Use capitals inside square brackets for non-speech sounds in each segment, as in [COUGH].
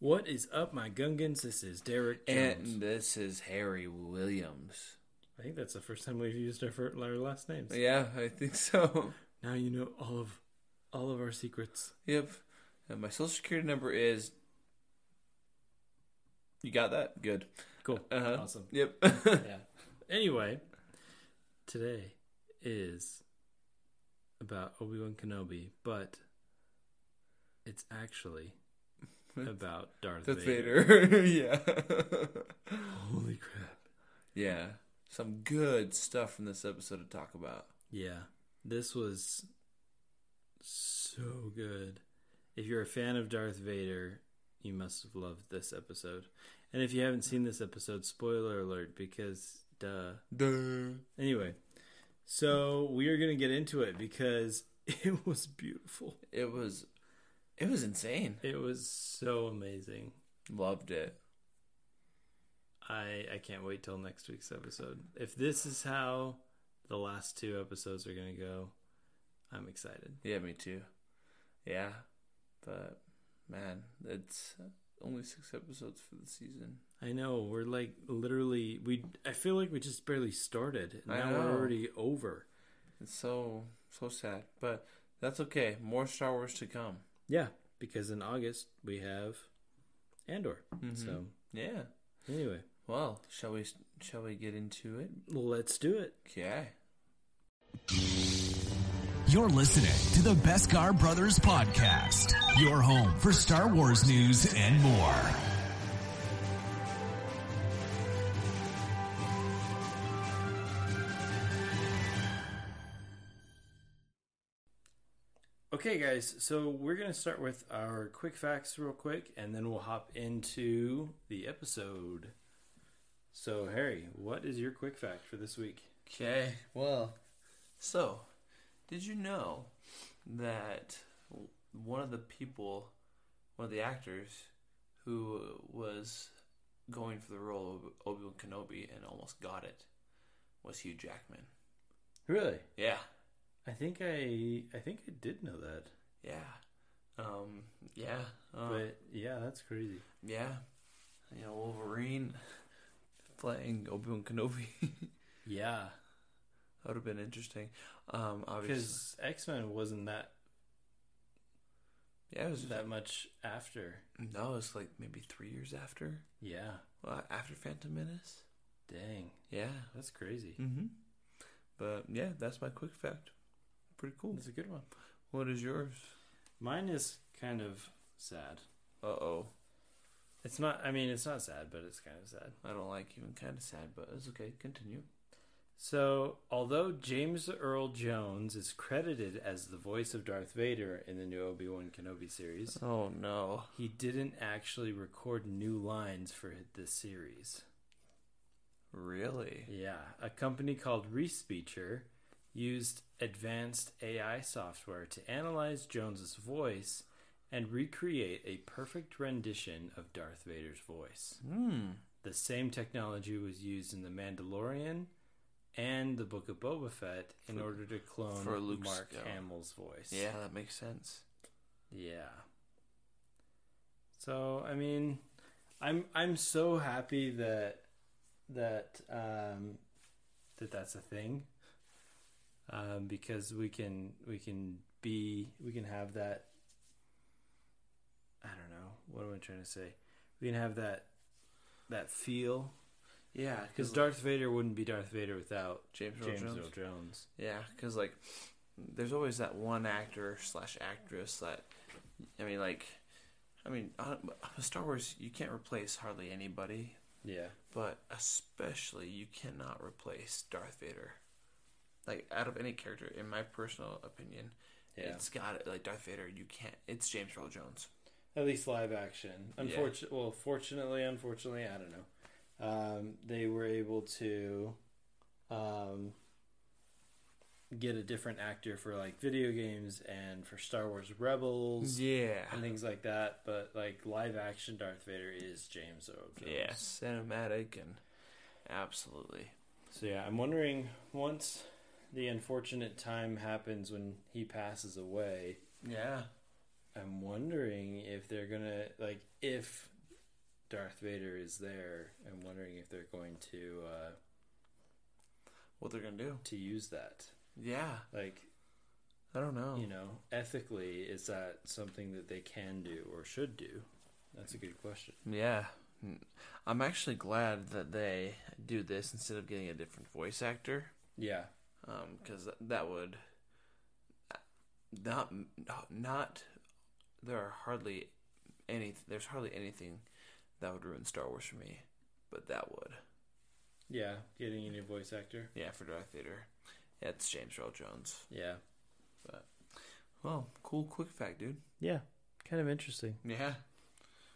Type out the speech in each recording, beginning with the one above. What is up, my Gungans? This is Derek Jones. And this is Harry Williams. I think that's the first time we've used our, fir- our last names. Yeah, I think so. [LAUGHS] Now you know all of all of our secrets. Yep. And my social security number is. You got that? Good. Cool. Uh-huh. Awesome. Yep. [LAUGHS] yeah. Anyway, today is about Obi Wan Kenobi, but it's [LAUGHS] actually about Darth, That's Vader. Vader. [LAUGHS] yeah. [LAUGHS] Holy crap! yeah. Some good stuff from this episode to talk about. Yeah, this was so good. If you're a fan of Darth Vader, you must have loved this episode. And if you haven't seen this episode, spoiler alert, because duh. Duh. Anyway, so we are going to get into it because [LAUGHS] it was beautiful. It was. It was insane. It was so amazing. Loved it. I I can't wait till next week's episode. If this is how the last two episodes are going to go, I'm excited. Yeah, me too. Yeah. But, man, it's only six episodes for the season. I know we're like literally we. I feel like we just barely started. And I now we're know. already over. It's so so sad, but that's okay. More Star Wars to come. Yeah, because in August we have Andor. So Yeah. anyway, Well, shall we shall we get into it? let's do it. Okay. You're listening to the Beskar Brothers Podcast, your home for Star Wars news and more. Okay, guys. So we're gonna start with our quick facts real quick, and then we'll hop into the episode. So Harry, what is your quick fact for this week? Okay. Well, so did you know that w- one of the people, one of the actors who was going for the role of Obi-Wan Kenobi and almost got it was Hugh Jackman. Really? Yeah. I think I I think I did know that, Yeah. Um yeah. Um, but yeah, that's crazy. Yeah. You know, Wolverine playing Obi Wan Kenobi. [LAUGHS] that Yeah, would have been interesting. Um obviously because X Men wasn't that Yeah, it was that much after. No, it was like maybe three years after. Yeah, Well, after Phantom Menace. dang, Yeah. that's crazy. Mm-hmm. But yeah, that's my quick fact. Pretty cool. That's a good one. What is yours? Mine is kind of sad. Uh oh. It's not. I mean, it's not sad, but it's kind of sad. I don't like you and kinda sad, but it's okay. Continue. So, although James Earl Jones is credited as the voice of Darth Vader in the new Obi Wan Kenobi series, Oh no. he didn't actually record new lines for this series. Really? Yeah, a company called Respeecher used advanced AI software to analyze Jones's voice and recreate a perfect rendition of Darth Vader's voice. Hmm. The same technology was used in The Mandalorian and The Book of Boba Fett in For- order to clone for Luke's- Mark yeah. Hamill's voice. Yeah, that makes sense. Yeah. So I mean, I'm I'm so happy that that um, that that's a thing. Um, because we can we can be we can have that. I don't know what am I trying to say. We can have that that feel Yeah, because Darth Vader wouldn't be Darth Vader without James Earl James Jones. Earl Jones. Yeah, because like, there's always that one actor slash actress that, I mean, like, I mean, I don't- Star Wars you can't replace hardly anybody, Yeah, but especially you cannot replace Darth Vader. Like, out of any character, in my personal opinion, Yeah. it's got it. Like Darth Vader, you can't. It's James Earl Jones. At least live action. Unfortunately, well, fortunately, unfortunately, I don't know. Um, they were able to um, get a different actor for like video games and for Star Wars Rebels Yeah. and things like that. But like live action Darth Vader is James Earl Jones. Yeah. Cinematic and absolutely. So yeah, I'm wondering once the unfortunate time happens when he passes away. Yeah. I'm wondering if they're gonna like if Darth Vader is there. I'm wondering if they're going to uh, What they're gonna do? to use that. Yeah, Like I don't know. you know, ethically, is that something that they can do or should do? That's a good question. Yeah. I'm actually glad that they do this instead of getting a different voice actor, Yeah, because that would not not there are hardly any there's hardly anything that would ruin Star Wars for me, but that would yeah, getting a new voice actor. yeah for Darth Vader, yeah, it's James Earl Jones. Yeah, Well, cool quick fact, dude. yeah, kind of interesting. Yeah,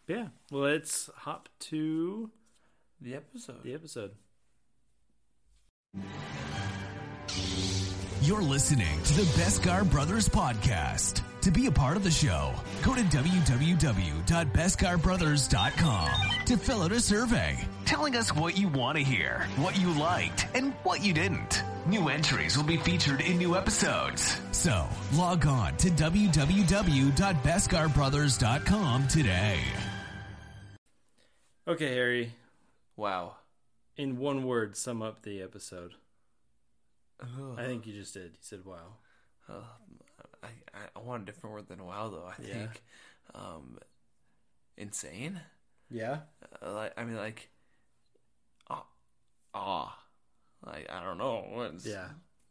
Yeah, let's hop to the episode. the episode. You're listening to the Beskar Brothers podcast. To be a part of the show, go to www.beskarbrothers.com to fill out a survey telling us what you want to hear, what you liked, and what you didn't. New entries will be featured in new episodes. So, log on to www.beskarbrothers.com today. Okay, Harry. Wow. In one word, sum up the episode. Ugh. I think you just did. You said wow. Uh, I, I- I want a different word than wow, though. I Yeah. think um, insane. Yeah. Uh, like I mean, like ah, ah, like I don't know. What's, Yeah.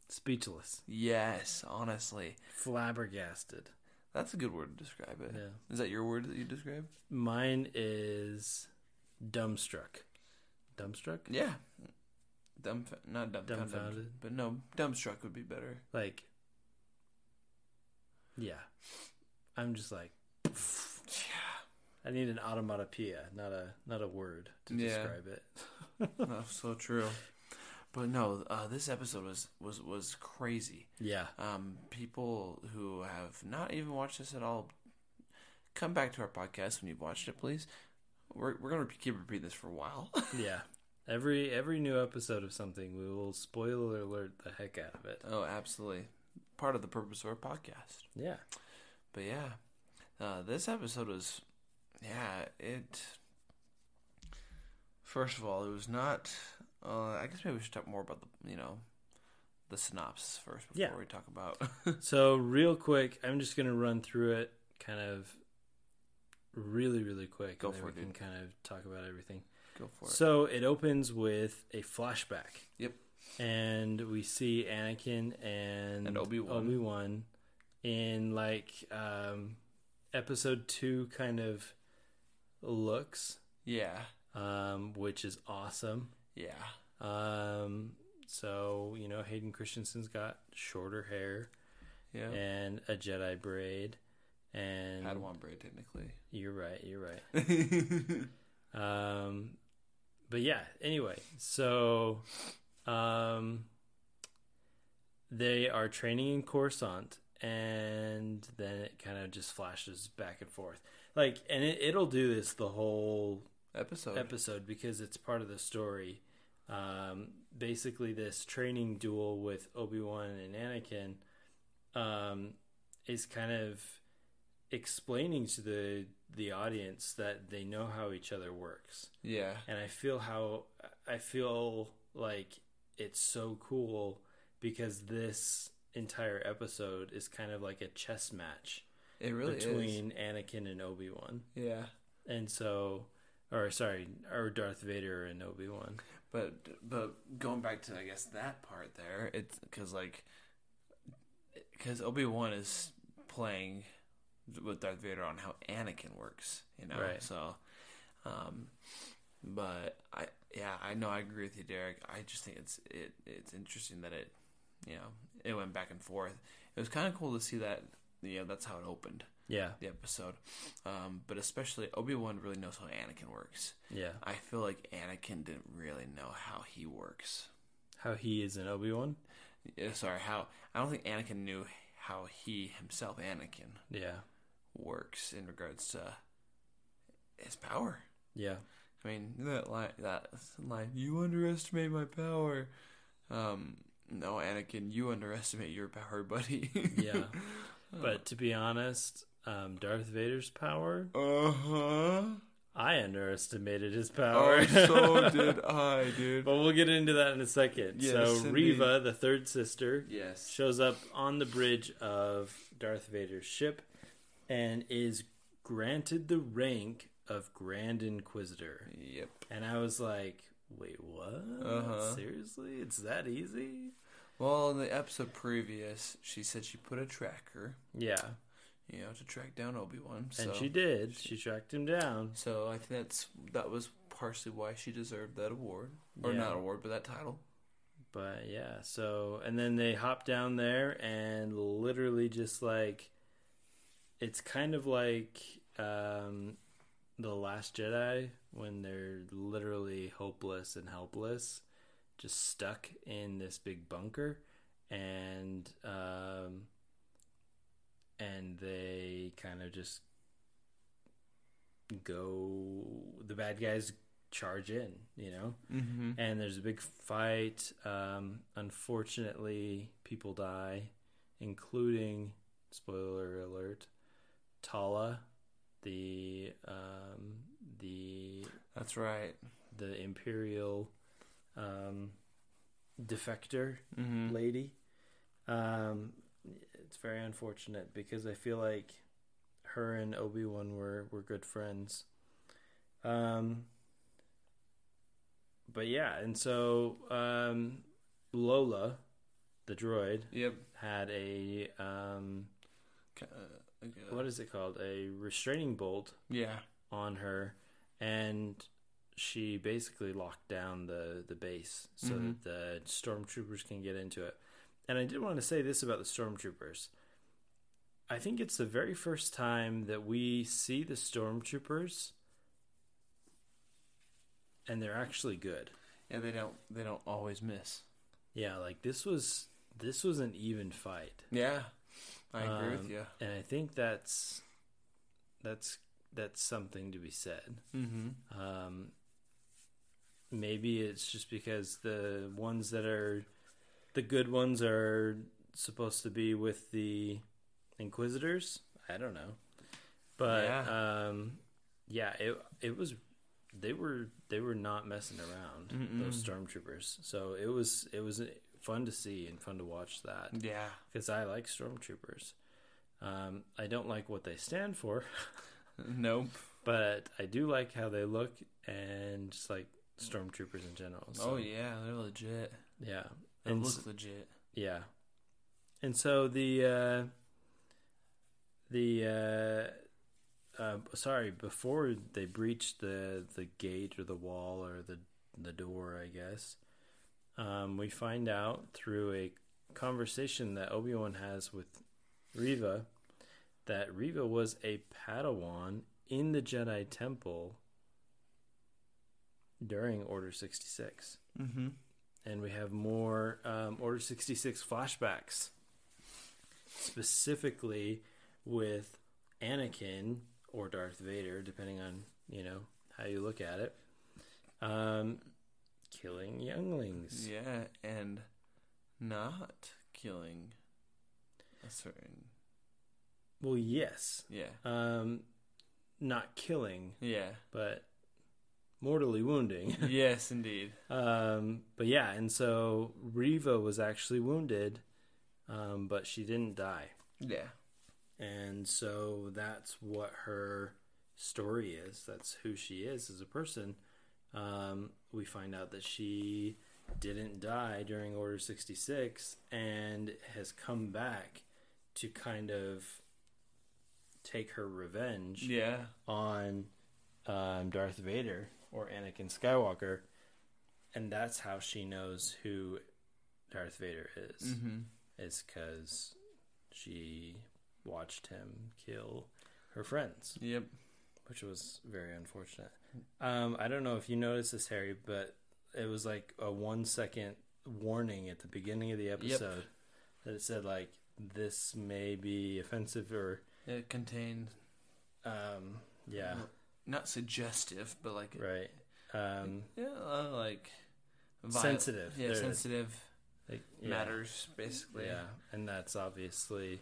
Speechless. Yes, honestly, Flabbergasted. that's a good word to describe it. Is Yeah. that your word that you described? Mine is dumbstruck. Dumbstruck? Yeah. Dumb, not dumb, Dumbfounded. but no, dumbstruck would be better. Like, yeah. I'm just like, Yeah, I need an automatopoeia, not a not a word to Yeah. describe it. that's so true. But no, uh, this episode was was was crazy. Yeah. um, people who have not even watched this at all, come back to our podcast when you've watched it, please. We're, we're going to keep repeating this for a while. [LAUGHS] Yeah. Every every new episode of something, we will spoiler alert the heck out of it. oh, absolutely. Part of the purpose of our podcast. Yeah. But yeah, uh, this episode was, yeah, it. First of all, it was not. Uh, I guess maybe we should talk more about the, you know, the synopsis first before Yeah. we talk about. [LAUGHS] So real quick, I'm just gonna run through it, kind of really really quick. Go and then for we it, can dude. kind of talk about everything. Go for it. So it opens with a flashback. Yep. And we see Anakin and, And Obi-Wan. Obi-Wan in like um, episode two kind of looks, Yeah. um, which is awesome. Yeah. Um, so you know Hayden Christensen's got shorter hair Yeah. and a Jedi braid, and Padawan braid, technically. you're right, you're right. [LAUGHS] Um, but yeah, anyway, so um, they are training in Coruscant, and then it kind of just flashes back and forth. Like, and it, it'll do this the whole episode. episode because it's part of the story. Um, basically, this training duel with Obi Wan and Anakin um, is kind of explaining to the the audience that they know how each other works, yeah. and I feel how I feel like it's so cool because this entire episode is kind of like a chess match It really is. between Anakin and Obi Wan Yeah. and so or sorry or darth vader and obi-wan But but going back to I guess that part there, it's because like because Obi Wan is playing with Darth Vader on how Anakin works, you know. Right. So, um, but I yeah I know I agree with you, Derek. I just think it's it it's interesting that it you know it went back and forth. It was kind of cool to see that you know that's how it opened yeah the episode, um, but especially Obi Wan really knows how Anakin works. yeah I feel like Anakin didn't really know how he works. how he is an obi-wan Eh, Sorry, how I don't think Anakin knew how he himself, Anakin, yeah works in regards to his power. yeah I mean that line, that line, you underestimate my power. Um, [LAUGHS] no, Anakin, you underestimate your power, buddy. yeah but to be honest um, Darth Vader's power. Uh huh. I underestimated his power. [LAUGHS] Oh, [LAUGHS] so did I, dude. But we'll get into that in a second. so Yes, Riva, the third sister, Yes. shows up on the bridge of Darth Vader's ship and is granted the rank of Grand Inquisitor. Yep. And I was like, wait, what? Uh-huh. Seriously? It's that easy? Well, in the episode previous, she said she put a tracker, Yeah. you know, to track down Obi Wan. So. And she did. She tracked him down. So I think that's that was partially why she deserved that award, or Yeah. not award, but that title. But yeah, so and then they hop down there and literally just like it's kind of like um the last Jedi when they're literally hopeless and helpless, just stuck in this big bunker and um and they kind of just go the bad guys charge in, you know? Mm-hmm. and there's a big fight. Um, unfortunately, people die, including spoiler alert, Tala, the um, the That's right. the imperial um, defector Mm-hmm. lady. Um, it's very unfortunate because I feel like her and Obi Wan were were good friends. Um, but yeah, and so um, Lola, the droid, Yep. had a um, K- Uh, like a- what is it called? A restraining bolt Yeah. on her, and she basically locked down the the base so that the stormtroopers can get into it. And I did want to say this about the stormtroopers. I think it's the very first time that we see the stormtroopers, and they're actually good. Yeah. They don't. They don't always miss. Yeah, like this was this was an even fight. Yeah. I agree Um, with you. and I think that's that's that's something to be said. Mm-hmm. Um, maybe it's just because the ones that are the good ones are supposed to be with the Inquisitors. I don't know, but um, yeah, it it was they were they were not messing around those stormtroopers. So it was it was fun to see and fun to watch that Yeah. because I like stormtroopers. Um, I don't like what they stand for. Nope. but I do like how they look and just like stormtroopers in general. So, oh yeah, they're legit. yeah, They and look s- legit. yeah, and so the uh, the uh, uh, sorry before they breached the the gate or the wall or the the door, I guess um, we find out through a conversation that Obi Wan has with Riva that Riva was a Padawan in the Jedi Temple during Order sixty six Mm-hmm. and we have more um, Order 66 flashbacks, specifically with Anakin or Darth Vader, depending on you know how you look at it, um, killing younglings. Yeah, and not killing a certain. Well, yes, Yeah. um, not killing, [LAUGHS] Yeah. but mortally wounding. [LAUGHS] yes, indeed. Um, but yeah, and so Riva was actually wounded, um, but she didn't die. Yeah. and so that's what her story is that's who she is as a person um, we find out that she didn't die during order 66 and has come back to kind of take her revenge Yeah. on um, darth vader or anakin skywalker and that's how she knows who darth vader is Mm-hmm. is because she watched him kill her friends, Yep. which was very unfortunate. Um, I don't know if you noticed this, Harry, but it was like a one second warning at the beginning of the episode that it said like this may be offensive or It contained um, yeah, not suggestive, but like right. Um, yeah, uh, like vi- Sensitive. Yeah, There it is. sensitive like, yeah, matters basically. Yeah, and that's obviously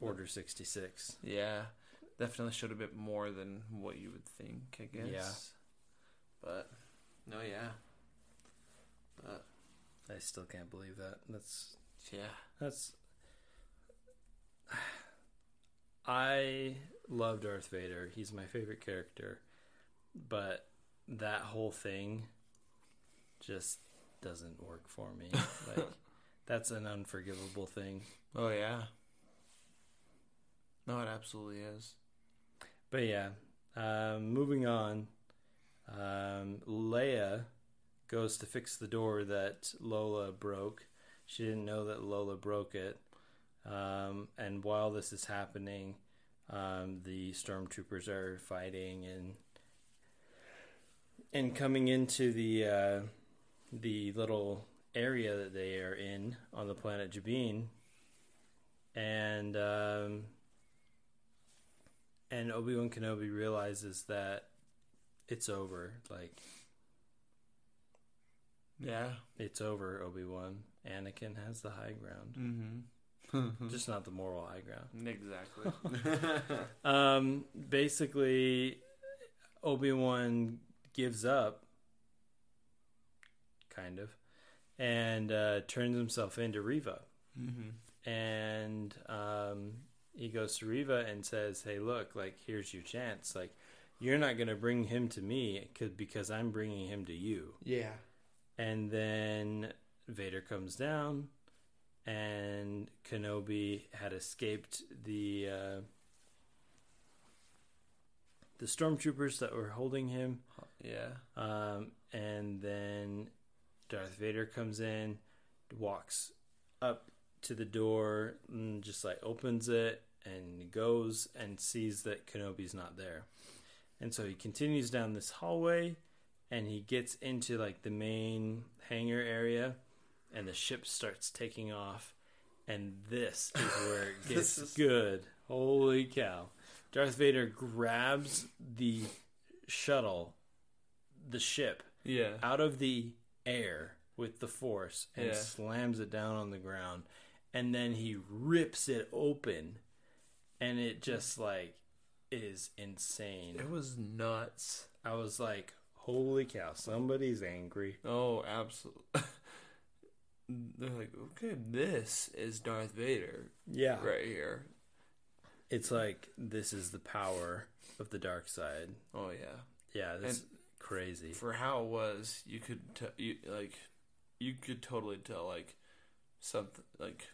Order 66. Yeah, definitely showed a bit more than what you would think, I guess. Yeah. But no, yeah. But I still can't believe that. That's yeah, that's [SIGHS] I love Darth Vader. He's my favorite character. But that whole thing just doesn't work for [LAUGHS] me. Like that's an unforgivable thing. oh yeah. No, it absolutely is. But yeah, um, moving on. Um, Leia goes to fix the door that Lola broke. She didn't know that Lola broke it. Um, and while this is happening, um, the stormtroopers are fighting and and coming into the uh, the little area that they are in on the planet Jabin. And um, and Obi Wan Kenobi realizes that it's over. Like Yeah. it's over, Obi Wan. Anakin has the high ground, Mm-hmm. just not the moral high ground. [LAUGHS] exactly. Um, basically, Obi Wan gives up, kind of, and uh, turns himself into Riva. [LAUGHS] mm-hmm. and um, he goes to Riva and says, "Hey, look, like here's your chance. Like you're not gonna bring him to me 'cause- because I'm bringing him to you." Yeah. And then Vader comes down, and Kenobi had escaped the uh, the stormtroopers that were holding him. Yeah. Um, and then Darth Vader comes in, walks up to the door, and just like opens it and goes and sees that Kenobi's not there. And so he continues down this hallway and he gets into like the main hangar area and the ship starts taking off. And this is where it gets is- good. Holy cow. Darth Vader grabs the shuttle the ship Yeah. out of the air with the force and Yeah. slams it down on the ground and then he rips it open and it just like is insane. It was nuts. I was like, holy cow, somebody's angry. Oh, absolutely. [LAUGHS] They're like, okay, this is Darth Vader Yeah. right here. It's like this is the power of the dark side. Oh yeah. Yeah, this is crazy. For how it was, you could t- you like, you could totally tell like, something like,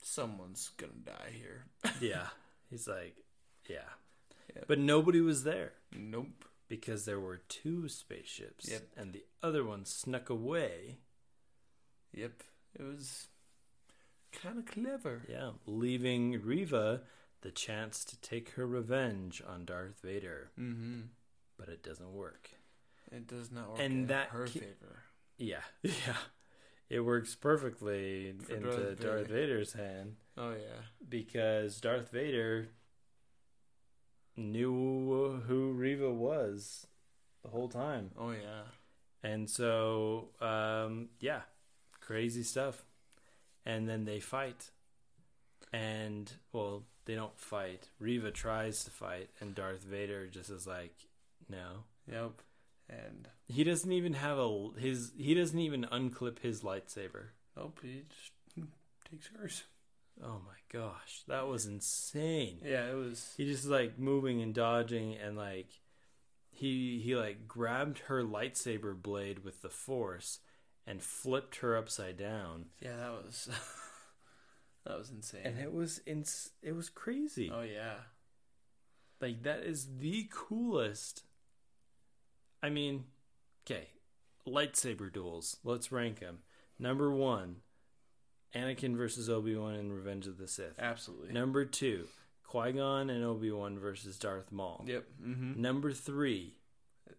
someone's gonna die here. [LAUGHS] yeah. He's like, yeah. Yep. But nobody was there. nope. because there were two spaceships Yep. and the other one snuck away. Yep. It was kind of clever. Yeah, leaving Riva the chance to take her revenge on Darth Vader, Mm-hmm. but it doesn't work. It does not work And in that her ki- favor. Yeah, [LAUGHS] yeah. It works perfectly For into Darth Darth, Vader. Vader's hand Oh yeah. because Darth Vader knew who Riva was the whole time. Oh yeah. And so, um, yeah, crazy stuff. And then they fight. And, well, they don't fight. Riva tries to fight, and Darth Vader just is like, no. Yep. And He doesn't even have a his. He doesn't even unclip his lightsaber. nope, he just takes hers. Oh my gosh, that was insane. Yeah, it was. he just like moving and dodging and like he he like grabbed her lightsaber blade with the force and flipped her upside down Yeah, that was. [LAUGHS] that was insane. and it was ins- it was crazy oh yeah. like that is the coolest i mean okay lightsaber duels let's rank them number 1 Anakin versus Obi-Wan in Revenge of the Sith Absolutely. number 2 Qui-Gon and Obi-Wan versus Darth Maul Yep. Mm-hmm. number 3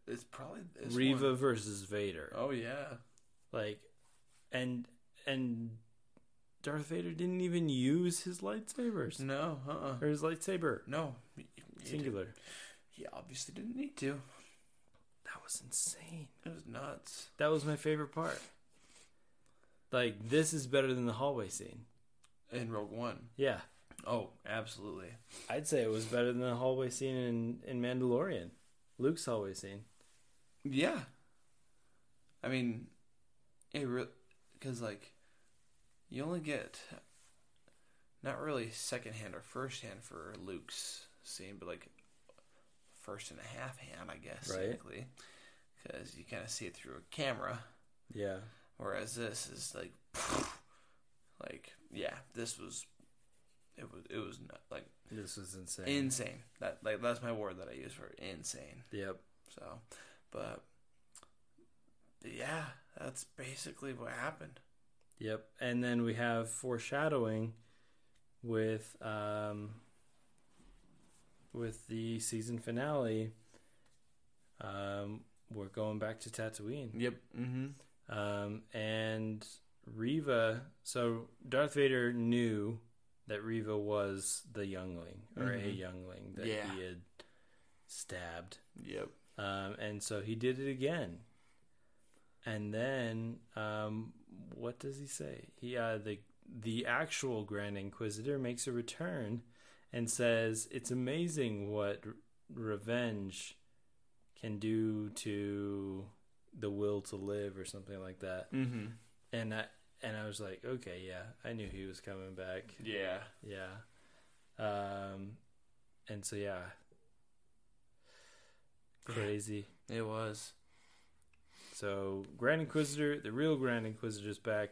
It's probably this Riva one. versus Vader. Oh yeah. Like and and Darth Vader didn't even use his lightsabers. No. Uh. uh Or his lightsaber. No. He- he- Singular. He obviously didn't need to. That was insane. It was nuts. That was my favorite part. Like this is better than the hallway scene. In Rogue One. Yeah. Oh, absolutely. I'd say it was better than the hallway scene in, in Mandalorian, Luke's hallway scene. Yeah. I mean, it because like you only get not really secondhand or first hand for Luke's scene, but like first and a half hand, I guess, Right. technically, because you kind of see it through a camera. Yeah. Whereas this is like, [LAUGHS] like yeah, this was it was it was not, like This was insane. insane. That like that's my word that I use for insane. yep. So, but, but yeah, that's basically what happened. Yep. And then we have foreshadowing with um with the season finale. Um we're going back to Tatooine. Yep. Mm-hmm. Um and Riva so Darth Vader knew that Riva was the youngling or a Mhm. youngling that Yeah. he had stabbed. Yep. Um, and so he did it again. And then, um, what does he say? He uh, the the actual Grand Inquisitor makes a return and says, "It's amazing what r- revenge can do to the will to live, or something like that." Mm-hmm. And I and I was like, "Okay, yeah, I knew he was coming back." Yeah. Yeah. Um, and so yeah, Yeah. crazy. It was. So Grand Inquisitor, the real Grand Inquisitor's back.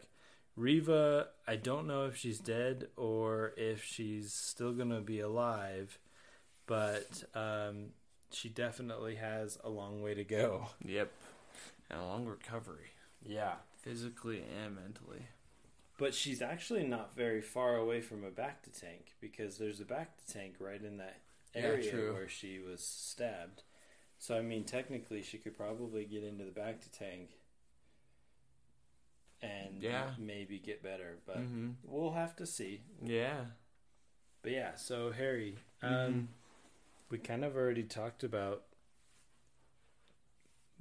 Riva, I don't know if she's dead or if she's still gonna be alive, but um, she definitely has a long way to go. Yep. And a long recovery, Yeah, physically and mentally. but she's actually not very far away from a back to tank because there's a back to tank right in that Yeah, area true. where she was stabbed. So I mean, technically, she could probably get into the back to tank and Yeah. maybe get better, but. Mm-hmm. We'll have to see. Yeah. But yeah, so Harry, um, Mhm. we kind of already talked about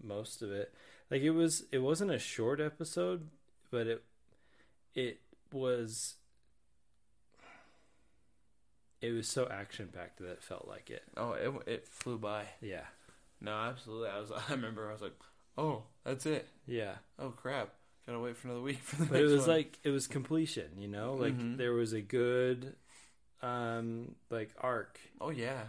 most of it. Like it was, it wasn't a short episode, but it it was it was so action packed that it felt like it. Oh, it it flew by. Yeah, No, absolutely. I was. [LAUGHS] I remember. I was like, oh, that's it. yeah. Oh crap. Gotta wait for another week for the But it next was one. like it was completion. You know, like Mhm. there was a good um like arc oh yeah,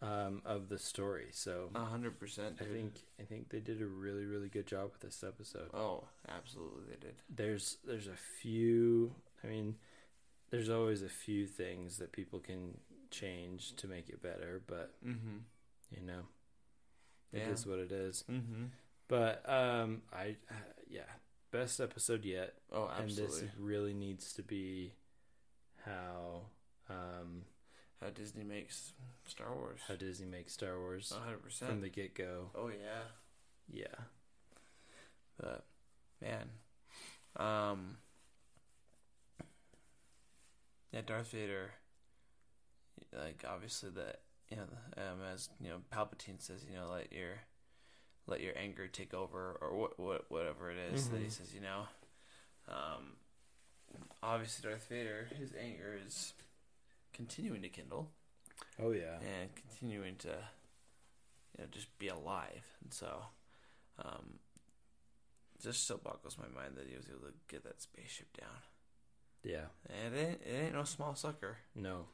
um of the story. So a hundred percent. I dude. think I think they did a really really good job with this episode. Oh, absolutely, they did. There's there's a few. I mean, there's always a few things that people can change to make it better, but Mm-hmm. you know, it is Yeah. what it is. Mm-hmm. But um, I uh, yeah, best episode yet, Oh, absolutely. and this really needs to be how um How Disney makes Star Wars. how Disney makes Star Wars A hundred percent. from the get go. Oh yeah. Yeah, But man, um, yeah, Darth Vader. Like obviously that you know um, as you know Palpatine says you know let your let your anger take over or what what whatever it is that he Mhm. says you know, um, obviously Darth Vader his anger is continuing to kindle oh yeah, and continuing to you know just be alive and so um just still boggles my mind that he was able to get that spaceship down yeah. and it ain't, it ain't no small sucker No.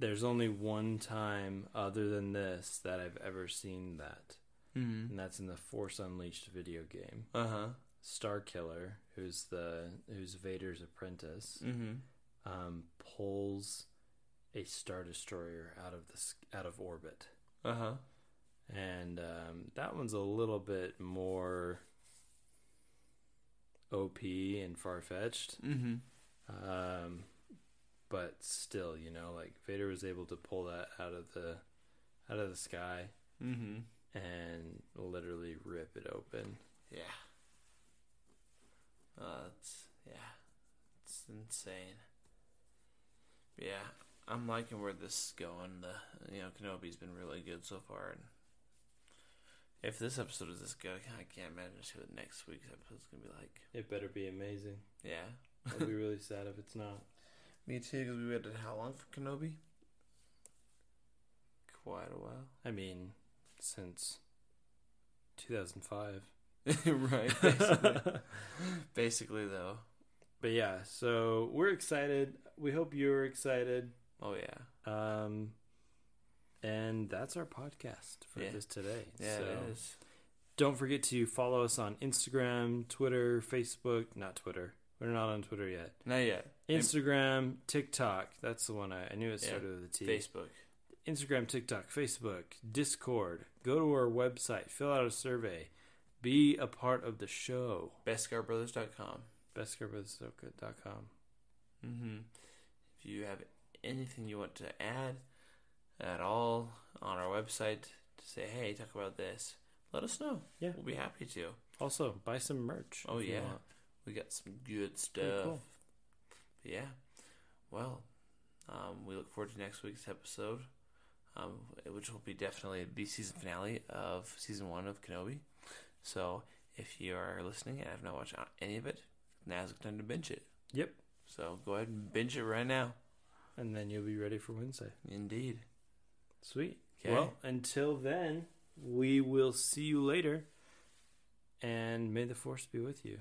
There's only one time other than this that I've ever seen that. mm-hmm. And that's in the Force Unleashed video game. uh-huh Star Killer, who's the who's Vader's apprentice, mm-hmm um, pulls a star destroyer out of the s- out of orbit. uh-huh And um, that one's a little bit more OP and far fetched. mm-hmm Um, but still, you know, like Vader was able to pull that out of the out of the sky mm-hmm and literally rip it open. yeah uh it's yeah it's insane yeah i'm liking where this is going the you know kenobi's been really good so far and if this episode is this good i can't imagine what next week's episode's gonna be like It better be amazing. yeah I'd be really sad if it's not. Me too, because we waited how long for Kenobi? Quite a [LAUGHS] while. [LAUGHS] I mean, since 2005. right. Basically. [LAUGHS] basically, though. But yeah, so we're excited. We hope you're excited. Oh yeah. Um, and that's our podcast for Yeah. this today. Yeah, so it is. don't forget to follow us on Instagram, Twitter, Facebook. Not Twitter. We're not on Twitter yet. Not yet. Instagram, TikTok. That's the one I, I knew it Yeah. started with a T. Facebook. Instagram, TikTok, Facebook, Discord. Go to our website, fill out a survey, be a part of the show. BestGuardBrothers.com. BestCarpetsoka.com. Mm-hmm. If you have anything you want to add at all on our website to say, hey, talk about this, let us know. Yeah. We'll be happy to. Also, buy some merch. Oh, if you yeah. want. We got some good stuff. Pretty cool. Yeah. Well, um, we look forward to next week's episode, um, which will be definitely the season finale of season one of Kenobi. So if you are listening and have not watched any of it, now's the time to binge it. Yep. So go ahead and binge it right now. And then you'll be ready for Wednesday. Indeed. Sweet. 'Kay. Well, until then, we will see you later. And may the force be with you.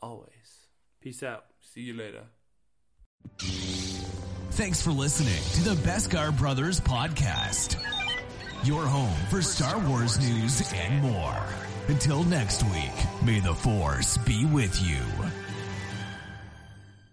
Always. Peace out. See you later. Thanks for listening to the Beskar Brothers podcast, your home for Star Wars news and more. Until next week, may the Force be with you.